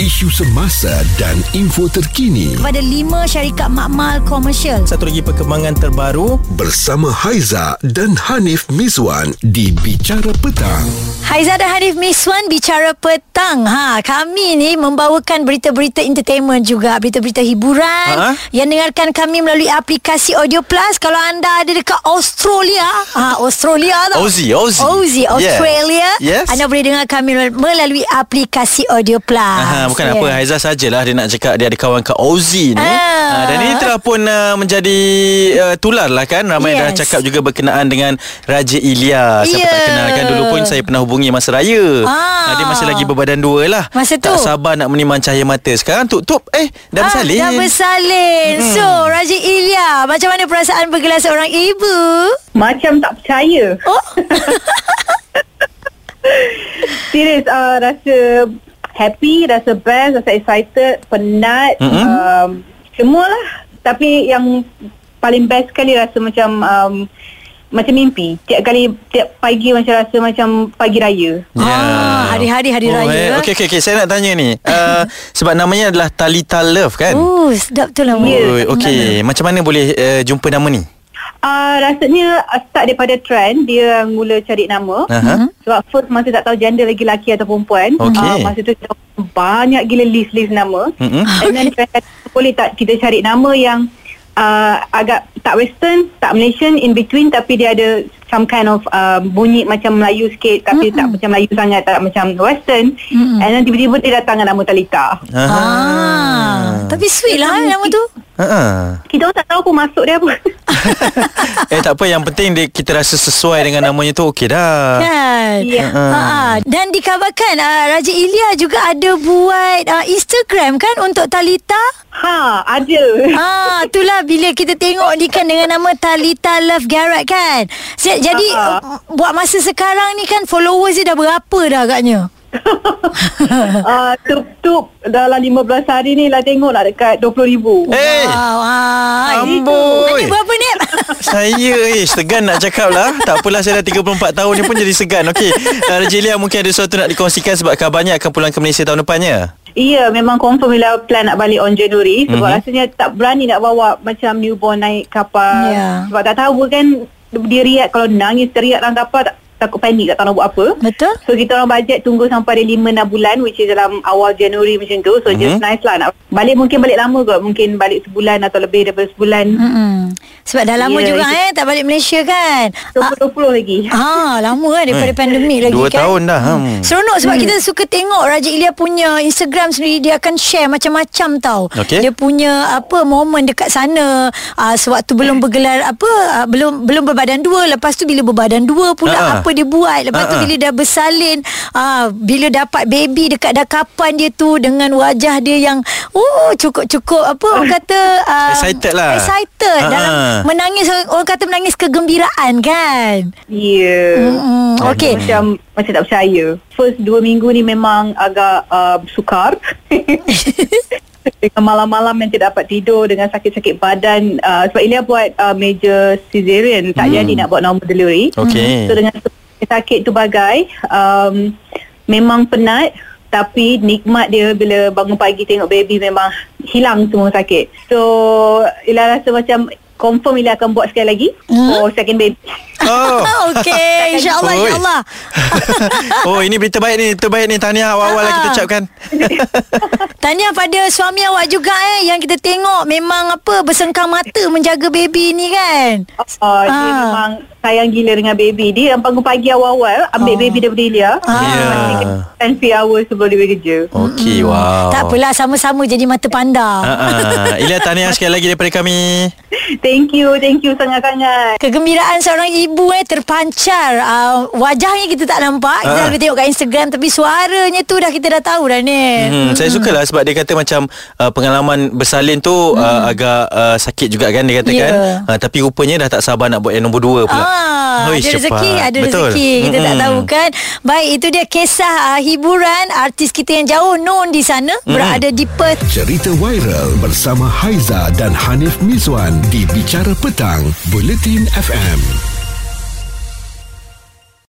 isu semasa dan info terkini kepada lima syarikat makmal komersial. Satu lagi perkembangan terbaru bersama Haiza dan Hanif Miswan di Bicara Petang. Haiza dan Hanif Miswan bicara petang. Ha, kami ni membawakan berita-berita entertainment juga, berita-berita hiburan Ha? yang dengarkan kami melalui aplikasi Audio Plus. Kalau anda ada dekat Australia, ha, Australia tau. Aussie, Aussie. Aussie, Yeah. Australia. Yes. Anda boleh dengar kami melalui aplikasi Audio Plus. Aha, bukan Yeah. apa Haiza sajalah dia nak cakap dia ada kawan kat Aussie ni. Ah. Ah. dan ini telah pun uh, menjadi uh, tular lah kan. Ramai yes. dah Yes. cakap juga berkenaan dengan Raja Ilya. Saya Ya. yeah. perkenalkan kan? dulu pun saya pernah hubungi masa raya. Ah. Ah, dia masih lagi berbadan dua lah. Masa tu. Tak sabar nak meniman cahaya mata. Sekarang tutup eh dah bersalin. Ah, Dah bersalin. Hmm. So, Raja Ilya, macam mana perasaan bergelar seorang ibu? Macam tak percaya Oh, Kan? Serius uh, Rasa happy Rasa best Rasa excited Penat Mm-mm. mm-hmm. um, Semualah Tapi yang Paling best sekali Rasa macam um, Macam mimpi Tiap kali Tiap pagi macam rasa Macam pagi raya Ah, hari-hari hari raya. Ya. Oh, eh, Okey okey okey saya nak tanya ni. Uh, sebab namanya adalah Talita Love kan? oh sedap tu lama. Ya. Oi, Okey, macam mana boleh uh, jumpa nama ni? uh, Rasanya uh, Start daripada trend Dia mula cari nama Aha. Sebab first masa tak tahu Gender lagi lelaki atau perempuan Okey. Mhm. Ah, Masa tu Banyak gila list-list nama Mm-mm. And then saya kata, boleh tak kita cari nama yang uh, agak tak western, tak Malaysian in between tapi dia ada some kind of uh, bunyi macam Melayu sikit tapi mm-hmm. tak macam Melayu sangat, tak macam western. Mm-hmm. And then tiba-tiba dia datang dengan nama Talita. Aha. Ah, tapi sweet lah eh, nama tu. Ha. Kita pun tak tahu pun masuk dia apa. Eh tak apa yang penting dia, kita rasa sesuai dengan namanya tu okey dah. Kan? Ya. Ah, dan dikabarkan ah, Raja Ilya juga ada buat ah, Instagram kan untuk Talita? ha, ada. Ah, itulah bila kita tengok dia kan dengan nama Talita Love Garrett kan. Se- Jadi uh, Ah. buat masa sekarang ni kan followers dia dah berapa dah agaknya? Uh, tup-tup dalam 15 hari ni lah tengok lah dekat 20,000. Eh Wow, ah, Amboi. Ini berapa ni? saya eh segan nak cakap lah. Tak apalah saya dah 34 tahun ni pun jadi segan. Okey. Uh, Raja Lia mungkin ada sesuatu nak dikongsikan sebab kabarnya akan pulang ke Malaysia tahun depannya. Ya, memang confirm bila plan nak balik on January sebab mm-hmm. rasanya tak berani nak bawa macam newborn naik kapal. Ya. Sebab tak tahu kan dia react kalau nangis teriak dalam kapal tak, takut panik tak tahu nak buat apa. Betul? So kita orang bajet tunggu sampai ada 5 6 bulan which is dalam awal Januari macam tu. So mm-hmm. just nice lah nak balik mungkin balik lama kot. Mungkin balik sebulan atau lebih daripada sebulan. Mm-mm. Sebab dah lama Ya, juga itu- eh tak balik Malaysia kan. Ah, 2020 lagi. ah lama kan daripada pandemik lagi Dua kan. tahun dah. Hmm. Seronok sebab hmm. kita suka tengok Raja Ilya punya Instagram sendiri dia akan share macam-macam tau. Okey. Dia punya apa momen dekat sana uh, sewaktu belum bergelar apa uh, belum belum berbadan dua lepas tu bila berbadan dua pula Ha-ha. apa dia buat lepas tu Ha-ha. bila dah bersalin uh, bila dapat baby dekat dakapan dia tu dengan wajah dia yang oh cukup-cukup apa orang kata uh, Excited lah. Excited Ha-ha. dalam menangis orang- orang kata menangis kegembiraan kan. Ya. Hmm, okey. Macam macam tak percaya. First dua minggu ni memang agak uh, sukar. dengan malam-malam yang tidak dapat tidur dengan sakit-sakit badan uh, sebab Ilya buat uh, major cesarean tak jadi nak buat normal delivery. Hmm. Okey. So dengan sakit tu bagai um, memang penat tapi nikmat dia bila bangun pagi tengok baby memang hilang semua sakit. So Ilya rasa macam confirm Ilya akan buat sekali lagi for second baby. Oh. Okey, insya-Allah Oi. insya-Allah. oh ini berita baik ni, berita baik ni. Tahniah awal-awal lah kita Ah. ucapkan. Tahniah pada suami awak juga eh yang kita tengok memang apa bersengkang mata menjaga baby ni kan. Uh, Dia Ah. memang sayang gila dengan baby Dia yang bangun pagi awal-awal Ambil baby daripada Ilya Ah. Ya. Dan few hours sebelum dia kerja Okey, wow. Hmm, Tak apalah sama-sama jadi mata Ha panda. Oh. ah. Ilya tahniah sekali lagi daripada kami. Thank you Thank you sangat-sangat Kegembiraan seorang ibu eh terpancar. Uh, wajahnya kita tak nampak, kita Ah. lebih tengok kat Instagram tapi suaranya tu dah kita dah tahu dah ni. Hmm, saya suka lah sebab dia kata macam uh, pengalaman bersalin tu uh, agak uh, sakit juga kan dia katakan. Hmm. Ya. Yeah. Uh, tapi rupanya dah tak sabar nak buat yang nombor dua pula. Ah, Ya. ada Oi, cepat. rezeki, ada Betul. Hmm, rezeki. Kita mm tak Mm-mm. tahu kan. Baik, itu dia kisah uh, hiburan artis kita yang jauh known di sana berada di Perth Cerita viral bersama Haiza dan Hanif Miswan di Bicara Petang, Bulletin FM.